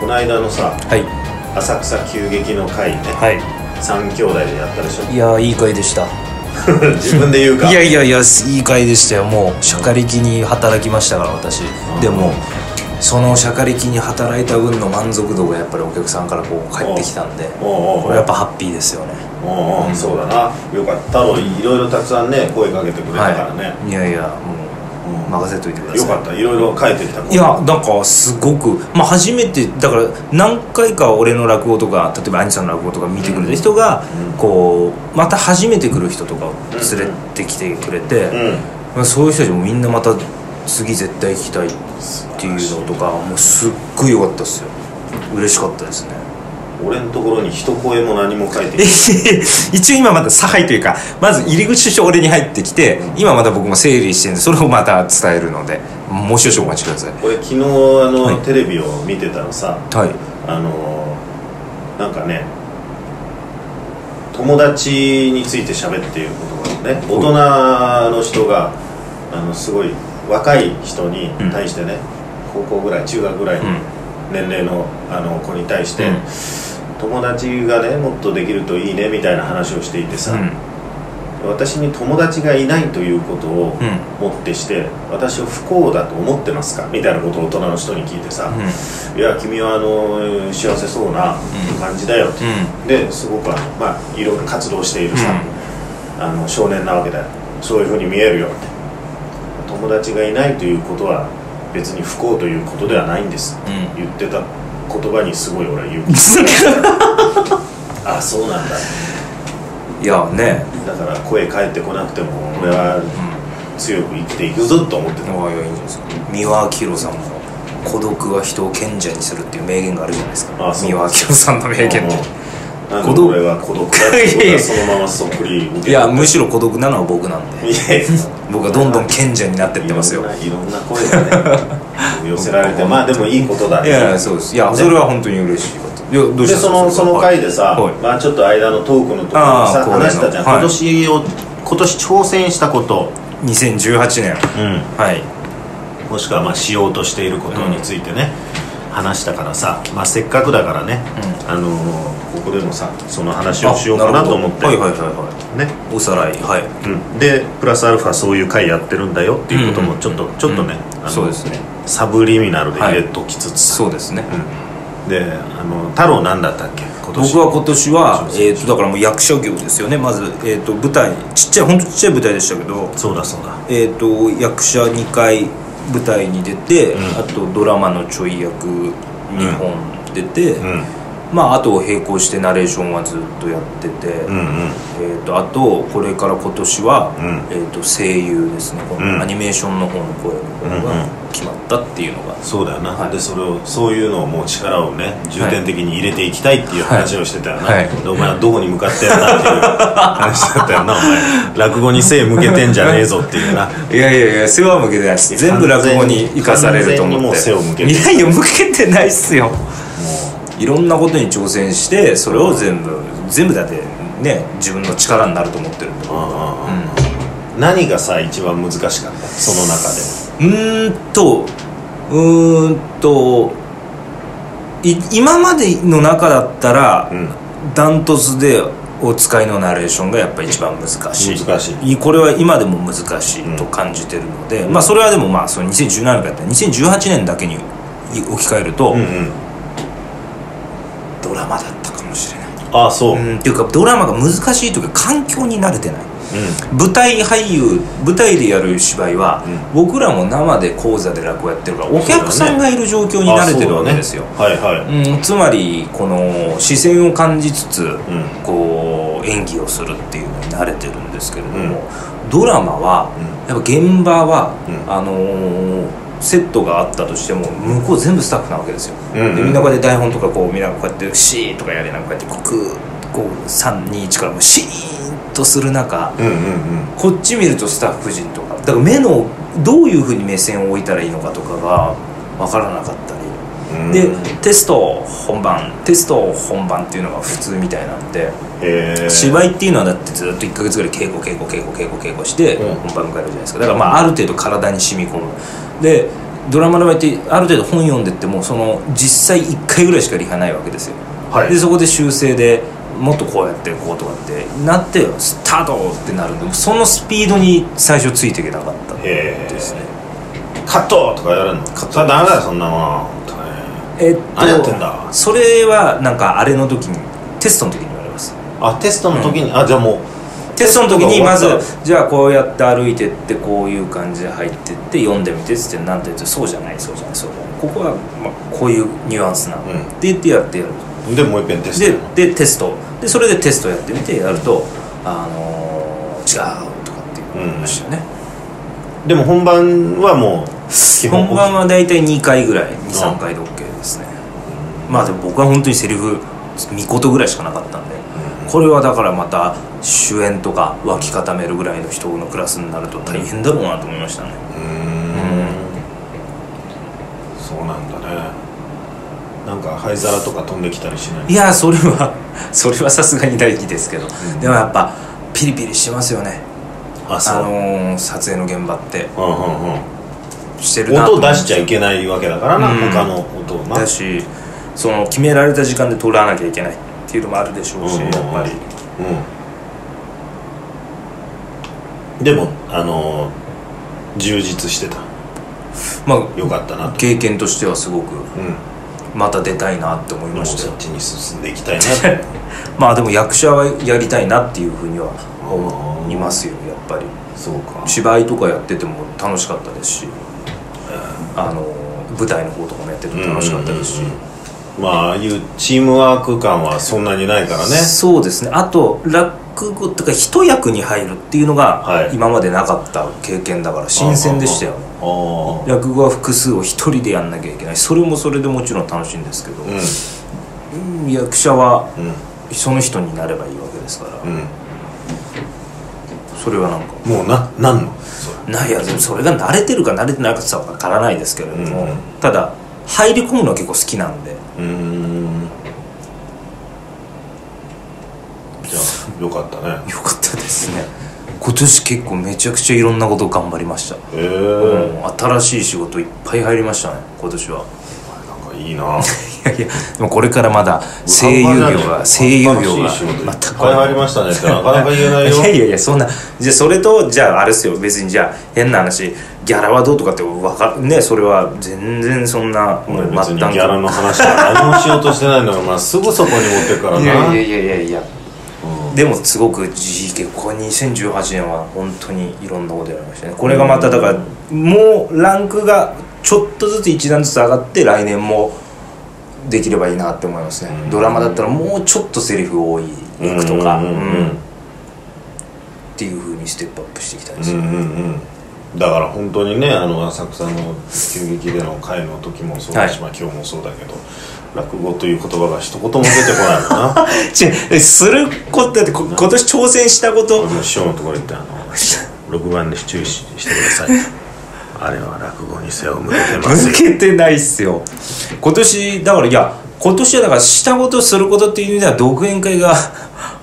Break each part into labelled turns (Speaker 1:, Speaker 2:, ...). Speaker 1: この間のさ
Speaker 2: はい
Speaker 1: 浅草急激の会ね、
Speaker 2: は
Speaker 1: 三兄弟でやったでしょ
Speaker 2: いやーいい回でした
Speaker 1: 自分で言うか
Speaker 2: いやいやいやいい回でしたよもうしゃかりきに働きましたから私でもそのしゃかりきに働いた分の満足度がやっぱりお客さんからこう返ってきたんで
Speaker 1: おうおう
Speaker 2: これやっぱハッピーですよね
Speaker 1: おうおうそうだなよかったろいろいろたくさんね声かけてくれたからね、
Speaker 2: はいいやいやもう
Speaker 1: うん
Speaker 2: 任せといてください
Speaker 1: よかったいろいろ書いてきた
Speaker 2: いやなんかすごく、まあ、初めてだから何回か俺の落語とか例えば兄さんの落語とか見てくれた人が、
Speaker 1: うん
Speaker 2: こうまた初めて来る人とかを連れてきてくれて、
Speaker 1: うん
Speaker 2: まあ、そういう人たちもみんなまた次絶対聞きたいっていうのとかもうすっごい良かったですよ嬉しかったですね
Speaker 1: 俺のところに一声も何も書いてきた
Speaker 2: 一応今まだ差配というかまず入り口として俺に入ってきて今また僕も整理してるんでそれをまた伝えるのでもう少々お待ちください
Speaker 1: これ昨日あの、
Speaker 2: はい
Speaker 1: テレビを見てたらさ
Speaker 2: はい
Speaker 1: あのなんかね友達について喋っていうことがね大人の人があのすごい若い人に対してね、高校ぐらい中学ぐらいの
Speaker 2: うん
Speaker 1: 年齢のあの子に対して、
Speaker 2: うん
Speaker 1: 友達がねもっとできるといいねみたいな話をしていてさ、私に友達がいないということを
Speaker 2: うん
Speaker 1: もってして私を不幸だと思ってますかみたいなことを大人の人に聞いてさ、
Speaker 2: うん
Speaker 1: いや君はあの幸せそうな感じだよって、
Speaker 2: う
Speaker 1: ですごくあの、まあ、いろいろ活動しているさ、あの少年なわけだよそういうふうに見えるよって友達がいないということは別に不幸ということではないんです、
Speaker 2: うん
Speaker 1: 言ってた言葉にすごい俺は勇気ああそうなんだ
Speaker 2: んいやね
Speaker 1: だから声返ってこなくても俺は強く生きていくぞと思ってた、
Speaker 2: ああいやいいんじゃないですか三輪明宏さんの「孤独は人を賢者にする」っていう名言があるじゃないですか
Speaker 1: あそう
Speaker 2: 三輪明宏さんの名言で
Speaker 1: なんか俺は孤独だってことはそのままそっくり受け
Speaker 2: いやむしろ孤独なのは僕なんで
Speaker 1: いやいや
Speaker 2: 僕はどんどん賢者になってってますよ
Speaker 1: いろんな声がね寄せられて まあでもいいことだ
Speaker 2: い
Speaker 1: ね
Speaker 2: やいやそうですいや
Speaker 1: ね
Speaker 2: それは本当に嬉しいこといやどう
Speaker 1: で
Speaker 2: したん
Speaker 1: そのその回でさ、
Speaker 2: はい
Speaker 1: まあちょっと間のトークのところで
Speaker 2: あー
Speaker 1: さ
Speaker 2: 恒例の
Speaker 1: 話したじゃん、
Speaker 2: はい
Speaker 1: 今年を今年挑戦したこと、
Speaker 2: 2018年はい
Speaker 1: もしくはまあしようとしていることについてね、話したからさ、まあ、せっかくだからね、あのーここでもさその話をしようかなと思って
Speaker 2: あなるほどはいはいはいは
Speaker 1: ね
Speaker 2: いおさらいはい
Speaker 1: うん、でプラスアルファそういう回やってるんだよっていうこともちょっと、ちょっとね、
Speaker 2: うん
Speaker 1: あの
Speaker 2: そうですね
Speaker 1: サブリミナルで入れときつつさ、
Speaker 2: そうですね
Speaker 1: であの太郎なんだったっけ今年
Speaker 2: 僕は今年は、えー、とだからもう役者業ですよねまず、えー、と舞台ちっちゃい本当ちっちゃい舞台でしたけど、
Speaker 1: そうだそうだ
Speaker 2: えー、と役者2回舞台に出て、
Speaker 1: うん
Speaker 2: あとドラマのちょい役2本出て、
Speaker 1: うん
Speaker 2: まああと並行してナレーションはずっとやってて、
Speaker 1: うん
Speaker 2: えー、とあとこれから今年は、
Speaker 1: う
Speaker 2: えー、と声優ですねこ
Speaker 1: うん
Speaker 2: のアニメーションの方の声の
Speaker 1: う
Speaker 2: 方
Speaker 1: んう
Speaker 2: が
Speaker 1: ん
Speaker 2: 決まったっていうのが、
Speaker 1: そうだよな、
Speaker 2: はい
Speaker 1: でそれをそういうのをもう力をね重点的に入れていきたいっていう話をしてたよな、
Speaker 2: はい
Speaker 1: でお前はどこに向かってんだっていう話だったよなお前落語に背向けてんじゃねえぞっていうない
Speaker 2: やいやいや世話向けてないです全部落語に生かされると思
Speaker 1: 完全
Speaker 2: って
Speaker 1: にもう背を向けて
Speaker 2: いやいや向けてないっすよいろんなことに挑戦してそれを全部全部だってね自分の力になると思ってるんで
Speaker 1: 何がさ一番難しかったその中で
Speaker 2: うーんとうーんとい今までの中だったら、
Speaker 1: うん
Speaker 2: ダントツでお使いのナレーションがやっぱ一番難しい
Speaker 1: 難し
Speaker 2: いこれは今でも難しいと感じてるので、まあそれはでもまあその2017年だったら2018年だけに置き換えると、
Speaker 1: うんうん
Speaker 2: ドラマだったかもしれない、
Speaker 1: ああそう、うん
Speaker 2: うん、っていうかドラマが難しいというか環境に慣れてない舞台俳優舞台でやる芝居は、僕らも生で講座で落語やってるからお客さんがいる状況に慣れてるわけですよ、
Speaker 1: あそうだねはいはい
Speaker 2: うん、つまりこの視線を感じつつ、
Speaker 1: うん
Speaker 2: こう演技をするっていうのに慣れてるんですけれども、ドラマは、やっぱ現場は、
Speaker 1: うん
Speaker 2: あのーセットがあったとしても向こう全部スタッフなわけですよ、
Speaker 1: うんうん
Speaker 2: でみんなこうやって台本とかこうみんなこうやってシーンとかやりながらこうやってこうグーこう321からもうシーンとする中、
Speaker 1: うんうん
Speaker 2: こっち見るとスタッフ陣とかだから目のどういうふうに目線を置いたらいいのかとかが分からなかった
Speaker 1: うん
Speaker 2: り。
Speaker 1: うん
Speaker 2: で
Speaker 1: へ
Speaker 2: テスト本番テスト本番っていうのが普通みたいなんで、
Speaker 1: え
Speaker 2: 芝居っていうのはだってずっと1ヶ月ぐらい稽古稽古稽古稽古稽古して
Speaker 1: うん
Speaker 2: 本番迎えるじゃないですかだからまあある程度体に染み込むでドラマの場合ってある程度本読んでってもその実際1回ぐらいしかリハないわけですよ、
Speaker 1: はい
Speaker 2: でそこで修正でもっとこうやってこうとかってなってスタートってなるんでそのスピードに最初ついていけなかった
Speaker 1: へえ
Speaker 2: ですね
Speaker 1: カットとかやるのカットはダメだよそんなもん本当ね
Speaker 2: えっと
Speaker 1: 何やってんだ
Speaker 2: それはなんかあれの時にテストの時に言われます
Speaker 1: あテストの時に、あじゃあもう
Speaker 2: テストの時にまず
Speaker 1: テストが終わ
Speaker 2: じゃあこうやって歩いてってこういう感じで入ってって読んでみてっつってなんて言ってそうじゃないそうじゃないそうじゃないここはまあこういうニュアンスなの、
Speaker 1: う
Speaker 2: で
Speaker 1: ん
Speaker 2: って言ってやってやる
Speaker 1: でもう一遍テストやるの
Speaker 2: ででテストでそれでテストやってみてやるとあのー、違うとかって言いましたよね、
Speaker 1: でも本番はもう基本
Speaker 2: 本番は大体2回ぐらい23回で OK ですね、まあでも僕は本当にセリフ見事ぐらいしかなかったんで、これはだからまた主演とか脇固めるぐらいの人のクラスになると大変だろうなと思いましたね、
Speaker 1: うーんそうなんだねなんか灰皿とか飛んできたりしない
Speaker 2: いやーそれは それはさすがに大事ですけど、
Speaker 1: ん
Speaker 2: でもやっぱピリピリしてますよね
Speaker 1: あ
Speaker 2: あのー、撮影の現場って
Speaker 1: うんうんうん
Speaker 2: してるなと
Speaker 1: 音
Speaker 2: 思
Speaker 1: を
Speaker 2: っ
Speaker 1: 出
Speaker 2: て
Speaker 1: しちゃいけないわけだからな、
Speaker 2: うん
Speaker 1: 他の音をな
Speaker 2: だしその決められた時間で撮らなきゃいけないっていうのもあるでしょうし、
Speaker 1: うん
Speaker 2: やっぱり
Speaker 1: うんでもあの充実してた
Speaker 2: まあ
Speaker 1: よかったなと
Speaker 2: 経験としてはすごく
Speaker 1: うん
Speaker 2: また出たいなって思い
Speaker 1: も
Speaker 2: ま
Speaker 1: う
Speaker 2: した
Speaker 1: そ
Speaker 2: よ
Speaker 1: っちに進んでいきたいな と
Speaker 2: まあでも役者はやりたいなっていうふうには
Speaker 1: あ
Speaker 2: 思
Speaker 1: ー
Speaker 2: いますよやっぱり
Speaker 1: そうか
Speaker 2: 芝居とかやってても楽しかったですし、あの舞台の方とかもやってても楽しかったですし、
Speaker 1: うんうんうんまあああいうチームワーク感はそんなにないからね
Speaker 2: そうですねあと落語とか一役に入るっていうの
Speaker 1: は
Speaker 2: が
Speaker 1: い
Speaker 2: 今までなかった経験だから新鮮でしたよ
Speaker 1: ああ
Speaker 2: 落語は複数を一人でやんなきゃいけないそれもそれでもちろん楽しいんですけど、
Speaker 1: う
Speaker 2: うん役者は
Speaker 1: んうん
Speaker 2: その人になればいいわけですから、
Speaker 1: う
Speaker 2: それはなんか
Speaker 1: んもうななんのそれ
Speaker 2: ないやでもそれが慣れてるか慣れてないかさは分からないですけれども、
Speaker 1: うんうん
Speaker 2: ただ入り込むのは結構好きなんで
Speaker 1: うーんじゃあよかったね
Speaker 2: よかったですね今年結構めちゃくちゃいろんなこと頑張りました、
Speaker 1: へえー
Speaker 2: もう新しい仕事いっぱい入りましたね今年は
Speaker 1: なんかいいな
Speaker 2: いやいやでもこれからまだ声優業が声優業が
Speaker 1: また
Speaker 2: こ
Speaker 1: こ
Speaker 2: れ
Speaker 1: れ入りましたねってなか なか言えない
Speaker 2: い
Speaker 1: よ
Speaker 2: やいやいやそんなじゃあそれとじゃああれですよ別にじゃあ変な話ギャラはどうとかってわかねそれは全然そんなも
Speaker 1: 俺
Speaker 2: う
Speaker 1: 別にギャラの話は何もしようとしてないのが、まあ、すぐそこに持ってくからな
Speaker 2: やいやいやいやでもすごくじ結構2018年は本当にいろんなことやりましたねこれがまただからもうランクがちょっとずつ一段ずつ上がって来年もできればいいなって思いますね、
Speaker 1: うん
Speaker 2: ドラマだったらもうちょっとセリフ多い役とか、
Speaker 1: うんうんうん
Speaker 2: うんっていうふうにステップアップしていきたいで
Speaker 1: う
Speaker 2: す、
Speaker 1: んうんうんだから本当にねあの浅草の急激での会の時もそうだし、
Speaker 2: はい
Speaker 1: まあ今日もそうだけど落語という言葉が一言も出てこないのな
Speaker 2: ちえすることだってこ今年挑戦したこと
Speaker 1: 俺も師匠のところ行ってあの6番で注意ししてくださいあれは落語に背を向けてます
Speaker 2: 抜
Speaker 1: よ
Speaker 2: けてないっすよ今年だからいや今年はだからしたことすることっていう意味では独演会が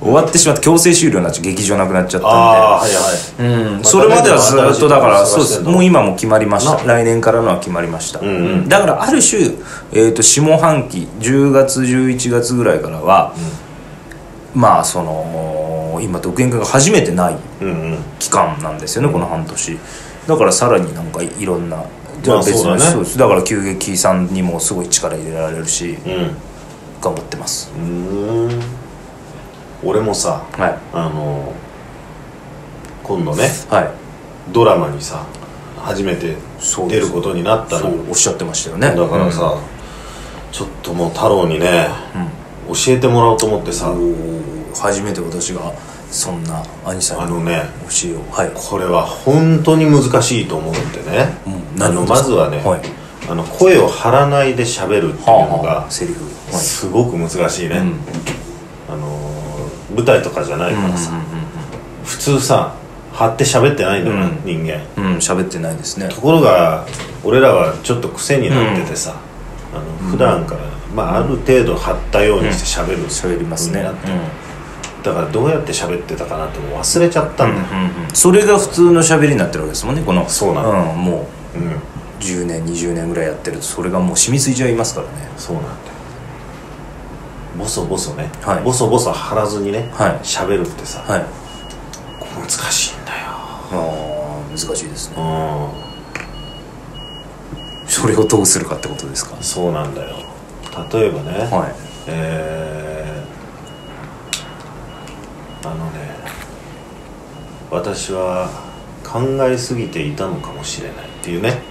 Speaker 2: 終わってしまって強制終了になっちゃう劇場なくなっちゃったん
Speaker 1: ああはいはい
Speaker 2: でうん、
Speaker 1: た
Speaker 2: それまではずっとだか
Speaker 1: 新
Speaker 2: ら
Speaker 1: しい
Speaker 2: そう
Speaker 1: の探し
Speaker 2: で
Speaker 1: て
Speaker 2: す
Speaker 1: んの
Speaker 2: もう今も決まりました
Speaker 1: な
Speaker 2: 来年からのは決まりました、
Speaker 1: んう
Speaker 2: だからある種、えー、と下半期10月11月ぐらいからは、まあその今独演会が初めてない
Speaker 1: うんうん
Speaker 2: 期間なんですよね、この半年だからさらになんかいろんなじゃあ別に
Speaker 1: そうだね
Speaker 2: そうですだから急激さんにもすごい力入れられるし頑張ってます
Speaker 1: うんうーん俺もさ
Speaker 2: はい
Speaker 1: あの今度ね
Speaker 2: はい
Speaker 1: ドラマにさ初めて
Speaker 2: そう
Speaker 1: 出
Speaker 2: です
Speaker 1: ることになった
Speaker 2: そ
Speaker 1: の
Speaker 2: うおっしゃってましたよね
Speaker 1: だからさ、ちょっともう太郎にね、教えてもらおうと思ってさ、
Speaker 2: うん初めて私がそんな兄さ
Speaker 1: あ
Speaker 2: んに
Speaker 1: のね
Speaker 2: 教えをはい
Speaker 1: これは本当に難しいと思うんでね、
Speaker 2: うん
Speaker 1: あ
Speaker 2: 何
Speaker 1: の
Speaker 2: を
Speaker 1: まずはね、
Speaker 2: はい
Speaker 1: あの声を張らないで喋るっていうのが
Speaker 2: セリフはい
Speaker 1: すごく難しいね、
Speaker 2: うん
Speaker 1: あのー舞台とかじゃないからさ、普通さ張って喋ってないんだから、
Speaker 2: うん
Speaker 1: 人間
Speaker 2: うん喋ってないですね
Speaker 1: ところが俺らはちょっと癖になっててさ、あの普段から、まあ、ある程度張ったようにして喋る
Speaker 2: 喋りますね
Speaker 1: ようになってだからどうやって喋ってたかなってもう忘れちゃったんだよ、
Speaker 2: うんうんそれが普通の喋りになってるわけですもんねこの
Speaker 1: そうなの
Speaker 2: んもう
Speaker 1: うん
Speaker 2: 10 10年20年ぐらいやってるとそれがもう染みついちゃいますからね
Speaker 1: そうなんだよボソボソね、
Speaker 2: はい
Speaker 1: ボソボソ張らずにね
Speaker 2: はい
Speaker 1: 喋、るってさ、
Speaker 2: はい
Speaker 1: 難しいんだよ
Speaker 2: ああ難しいですね
Speaker 1: う
Speaker 2: それをどうするかってことですか
Speaker 1: んそうなんだよ例えばね、
Speaker 2: はい
Speaker 1: えーあのね私は考えすぎていたのかもしれないっていうね、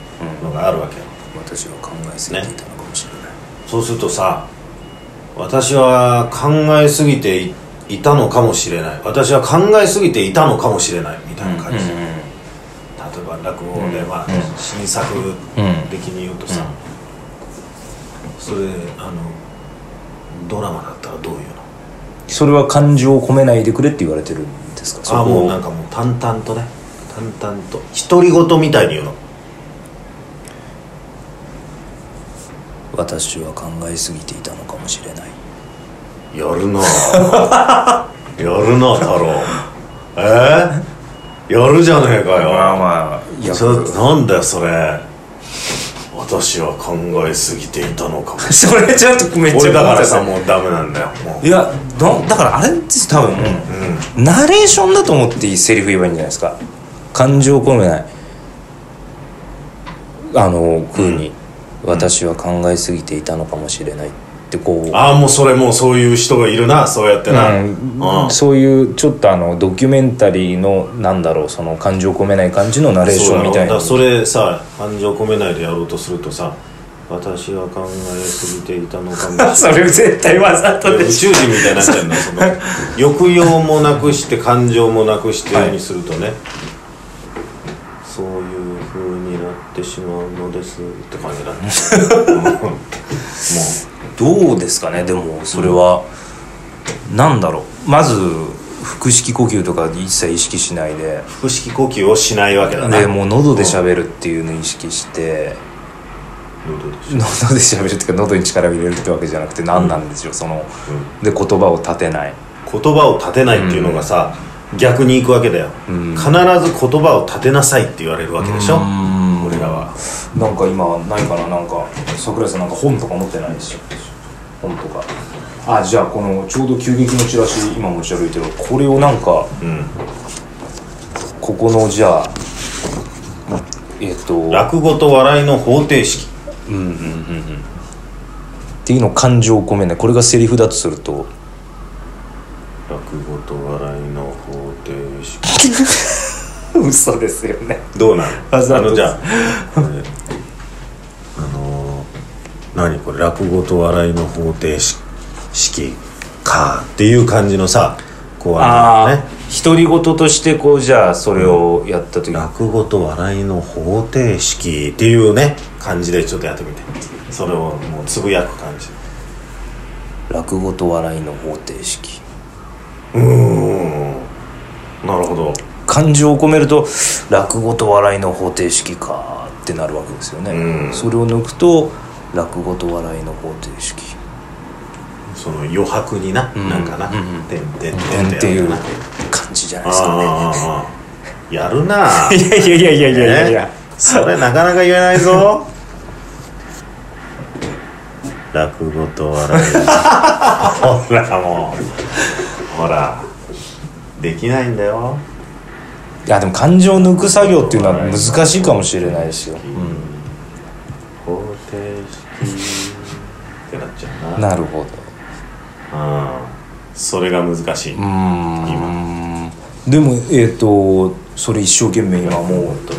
Speaker 2: うん
Speaker 1: のがあるわけよ
Speaker 2: 私は考えすぎていたのかもしれない、
Speaker 1: そうするとさ私は考えすぎていいたのかもしれない私は考えすぎていたのかもしれないみたいな感じ、例えば落語で、まあ
Speaker 2: うん
Speaker 1: 新作
Speaker 2: うん
Speaker 1: 的に言うとさ、それあのドラマだったらどういうの
Speaker 2: それは感情を込めないでくれって言われてるんですかそこ
Speaker 1: あ
Speaker 2: を
Speaker 1: もうなんかもう淡々とね淡々と独り言みたいに言うの
Speaker 2: 私は考えすぎていたのかもしれない
Speaker 1: やるな あやるなあ太郎えー、やるじゃねえかよ、
Speaker 2: まあいや
Speaker 1: そ
Speaker 2: そ
Speaker 1: れなんだよそれ私は考えすぎていた のかも
Speaker 2: れちょっとめっちゃ
Speaker 1: 俺だからさもうダメなんだよもう
Speaker 2: いやだだからあれって多分、ナレーションだと思っていいセリフ言えばいいんじゃないですか感情を込めないあの風に、私は考えすぎていたのかもしれない」ってこう
Speaker 1: ああもうそれもうそういう人がいるなそうやってな、
Speaker 2: うん、そういうちょっとあのドキュメンタリーのなんだろうその感情込めない感じのナレーシ
Speaker 1: そう
Speaker 2: ョン
Speaker 1: だ
Speaker 2: み
Speaker 1: ろ
Speaker 2: たいな
Speaker 1: だからそれさ感情込めないでやろうとするとさ私は考えすぎていたのかもしれない
Speaker 2: それ絶対わざと
Speaker 1: 宇
Speaker 2: でし
Speaker 1: 宙人みたいになっちゃうのその抑揚もなくして感情もなくしてにするとね、そういう風になってしまうのですって感じだねうんもう
Speaker 2: どうですかねでもそれは、なんだろうまず腹式呼吸とか一切意識しないで
Speaker 1: 腹式呼吸をしないわけだな
Speaker 2: でもう喉で喋るっていうのを意識して、
Speaker 1: 喉でしょ
Speaker 2: 喉で喋るっていうか喉に力を入れるってわけじゃなくて何なんでしょうその
Speaker 1: う
Speaker 2: で言葉を立てない
Speaker 1: 言葉を立てないっていうのがさ、逆にいくわけだよ、
Speaker 2: ん
Speaker 1: 必ず言葉を立てなさいって言われるわけでしょ、
Speaker 2: ん
Speaker 1: 俺らは
Speaker 2: なんか今ないかななんか桜井さんなんか本とか持ってないでしょ本とかあじゃあこのちょうど急激のチラシ今持ち歩いてるこれをなんか
Speaker 1: うん
Speaker 2: ここのじゃあえっとっ
Speaker 1: 落語と笑いの方程式
Speaker 2: ていうのを感情を込めないこれがセリフだとする と
Speaker 1: 落語と笑いの方程式
Speaker 2: 嘘ですよね
Speaker 1: どうなん
Speaker 2: あそう
Speaker 1: あのじ ゃあこれあのー何これ落語と笑いの方程式式かっていう感じのさこうあ
Speaker 2: あ
Speaker 1: れ
Speaker 2: あ
Speaker 1: だね
Speaker 2: 独り言としてこうじゃあそれをやった時に、
Speaker 1: 落語と笑いの方程式っていうね感じでちょっとやってみてそれをもうつぶやく感じ
Speaker 2: 落語と笑いの方程式
Speaker 1: うーんなるほど
Speaker 2: 感情を込めると落語と笑いの方程式かってなるわけですよね、
Speaker 1: うん
Speaker 2: それを抜くと落語と笑いの方程式
Speaker 1: その余白にな、
Speaker 2: ん
Speaker 1: なんかな、
Speaker 2: うんうん
Speaker 1: てんてんてん
Speaker 2: 点っていう
Speaker 1: な
Speaker 2: 感じじゃないですかね
Speaker 1: あーあーあーやるなあ
Speaker 2: いやいやいやい
Speaker 1: ねそれなかなか言えないぞ落語と笑いほらもうほらできないんだよ
Speaker 2: いやでも感情を抜く作業っていうのは難しいかもしれないですよ、
Speaker 1: 方程式ってなっちゃうな
Speaker 2: なるほど
Speaker 1: あそれが難しい、
Speaker 2: うーんでもえっ、とそれ一生懸命今もう
Speaker 1: 方程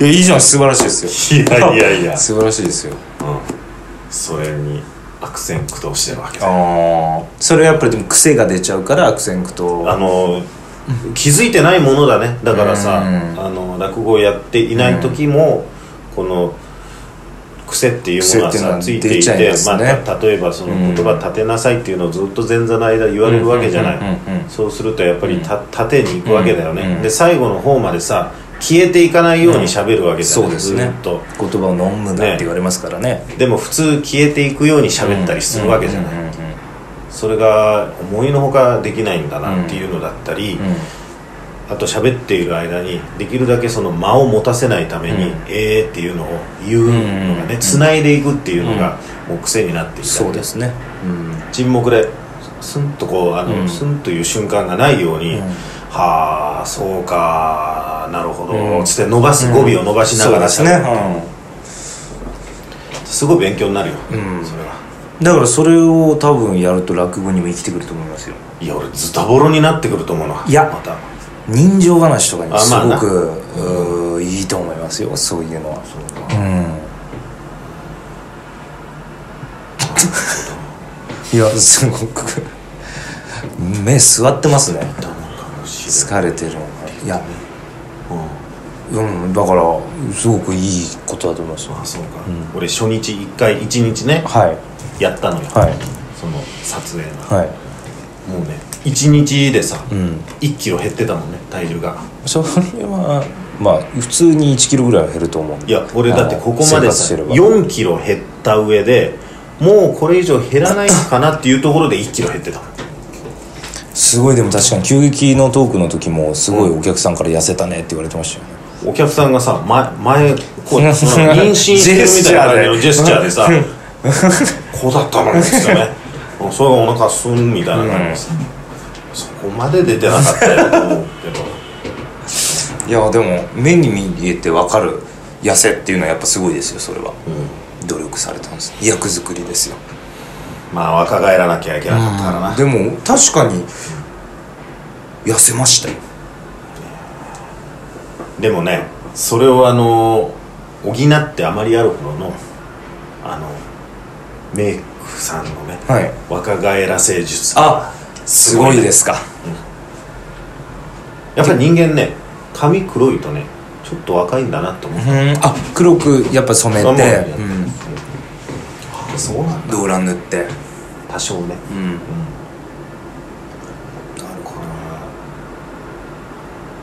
Speaker 2: いやいいじゃん素晴らしいです
Speaker 1: 式いやいやいや
Speaker 2: よ、素晴らしいですよ
Speaker 1: うん、それに悪戦苦闘してるわけだ
Speaker 2: ああそれはやっぱりでも癖が出ちゃうから悪戦苦闘
Speaker 1: あの気づいてないものだねだからさ、
Speaker 2: うん
Speaker 1: あの落語をやっていない時も、この癖っていうものがさつ
Speaker 2: 癖
Speaker 1: い
Speaker 2: っていうのは
Speaker 1: てい
Speaker 2: 出ちゃ
Speaker 1: て
Speaker 2: います
Speaker 1: ま
Speaker 2: ね
Speaker 1: あ、例えばその言葉立てなさいっていうのをずっと前座の間言われるわけじゃない、
Speaker 2: うんうんうんうん
Speaker 1: そうするとやっぱりた縦に行くわけだよね、
Speaker 2: うんうん
Speaker 1: で最後の方までさ消えていかないように喋るわけだよ
Speaker 2: そう
Speaker 1: ね、
Speaker 2: です
Speaker 1: ず
Speaker 2: ね
Speaker 1: っと
Speaker 2: 言葉を飲むなって言われますからね
Speaker 1: でも普通消えていくように喋ったりするわけじゃない、
Speaker 2: うんうんうん
Speaker 1: それが思いのほかできないんだなっていうのだったり、
Speaker 2: うんうん
Speaker 1: あと喋っている間にできるだけその間を持たせないために「
Speaker 2: うん
Speaker 1: ええ」っていうのを言うのが
Speaker 2: う
Speaker 1: ね
Speaker 2: ん
Speaker 1: 繋いでいくっていうのがもう癖になっていた
Speaker 2: そうですねうん
Speaker 1: 沈黙でスンとこうあの、
Speaker 2: うん
Speaker 1: スンという瞬間がないように、
Speaker 2: うん
Speaker 1: はあそうかなるほど、
Speaker 2: うん
Speaker 1: つって伸ばす、
Speaker 2: うん
Speaker 1: 語尾を伸ばしながら
Speaker 2: そうです
Speaker 1: 喋る
Speaker 2: ね、
Speaker 1: すごい勉強になるよ、
Speaker 2: うん
Speaker 1: それは
Speaker 2: うん、だからそれを多分やると落語にも生きてくると思いますよ
Speaker 1: いや俺ズタボロになってくると思うない
Speaker 2: いや
Speaker 1: また
Speaker 2: 人情話とかにす
Speaker 1: あま
Speaker 2: ご
Speaker 1: あな
Speaker 2: く、うーいいと思いますよそういうのはうんいやすごく目座ってますね
Speaker 1: なのかもし
Speaker 2: 疲れてるのいや
Speaker 1: れない、うん
Speaker 2: うんだからすごくいいことだと思います
Speaker 1: あそうか、
Speaker 2: うん
Speaker 1: 俺初日1回1日ね
Speaker 2: はい
Speaker 1: やったのよ、
Speaker 2: はい
Speaker 1: その撮影の
Speaker 2: はい
Speaker 1: もうね1日でさ、
Speaker 2: うん
Speaker 1: 1キロ減ってたもんね体重が
Speaker 2: それはまあ普通に1キロぐらいは減ると思うん
Speaker 1: い
Speaker 2: で
Speaker 1: や俺だってここま
Speaker 2: あの生
Speaker 1: で
Speaker 2: 活し
Speaker 1: さ
Speaker 2: てれば
Speaker 1: 4キロ減った上でもうこれ以上減らないかなっていうところで1キロ減ってたもん
Speaker 2: すごいでも確かに急激のトークの時もすごいお客さんから痩せたねって言われてましたよね
Speaker 1: お客さんがさ前前 こう妊娠してるみたいな感じのジ
Speaker 2: ジ
Speaker 1: ェ
Speaker 2: ェ
Speaker 1: スチ
Speaker 2: スチ
Speaker 1: ャ
Speaker 2: ャ
Speaker 1: ー
Speaker 2: ー
Speaker 1: で
Speaker 2: で
Speaker 1: さ こうだったのにですよねもうそれがお腹すんみたいな感じでさ、そこまで出てなかったよと思うけど
Speaker 2: いやでも目に見えてわかる痩せっていうのはやっぱすごいですよそれは、努力されたんですね役作りですよ
Speaker 1: まあ若返らなきゃいけなかったからな、
Speaker 2: でも確かに痩せましたよ
Speaker 1: でもねそれをあの補ってあまりあるほどのあのメイクさんのね、
Speaker 2: はい
Speaker 1: 若返らせ術
Speaker 2: あすごいですか
Speaker 1: やっぱり人間ね髪黒いとねちょっと若いんだなと思
Speaker 2: う
Speaker 1: っ
Speaker 2: んあ黒くやっぱ染め
Speaker 1: て、う
Speaker 2: て、
Speaker 1: あそうなん
Speaker 2: うん、
Speaker 1: だ
Speaker 2: ドーラン塗って
Speaker 1: 多少ね
Speaker 2: うん
Speaker 1: なるほ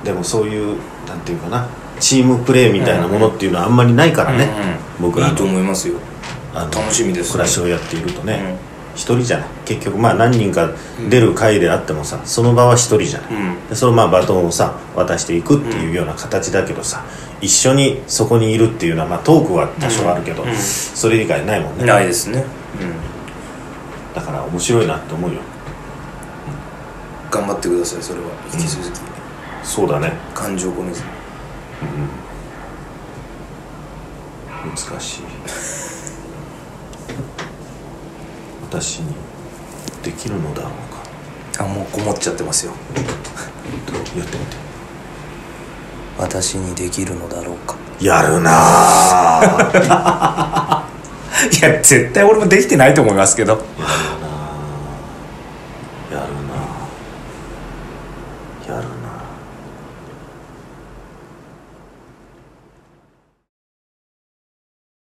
Speaker 1: どでもそういうなんていうかなチームプレーみたいなものっていうのはあんまりないからね、僕
Speaker 2: 僕
Speaker 1: らの
Speaker 2: いいと思いますよ
Speaker 1: あの
Speaker 2: 楽しみですね
Speaker 1: 暮らしをやっているとね、
Speaker 2: うん
Speaker 1: 一人じゃない結局まあ何人か出る会であってもさその場は一人じゃない、
Speaker 2: うん
Speaker 1: でそのまあバトンをさ渡していくっていうような形だけどさ一緒にそこにいるっていうのは、まあ、トークは多少あるけど、
Speaker 2: うんうん
Speaker 1: それ以外ないもんね
Speaker 2: ないですね、
Speaker 1: だから面白いなって思うよ
Speaker 2: うん、頑張ってくださいそれは引き続き、
Speaker 1: そうだね
Speaker 2: 感情込めず
Speaker 1: 難しい私にできるのだろうか
Speaker 2: あもうこもっちゃってますよ
Speaker 1: とやってみて
Speaker 2: 私にできるのだろうか
Speaker 1: やるなあ
Speaker 2: いや絶対俺もできてないと思いますけど
Speaker 1: やるなあやるなあやるな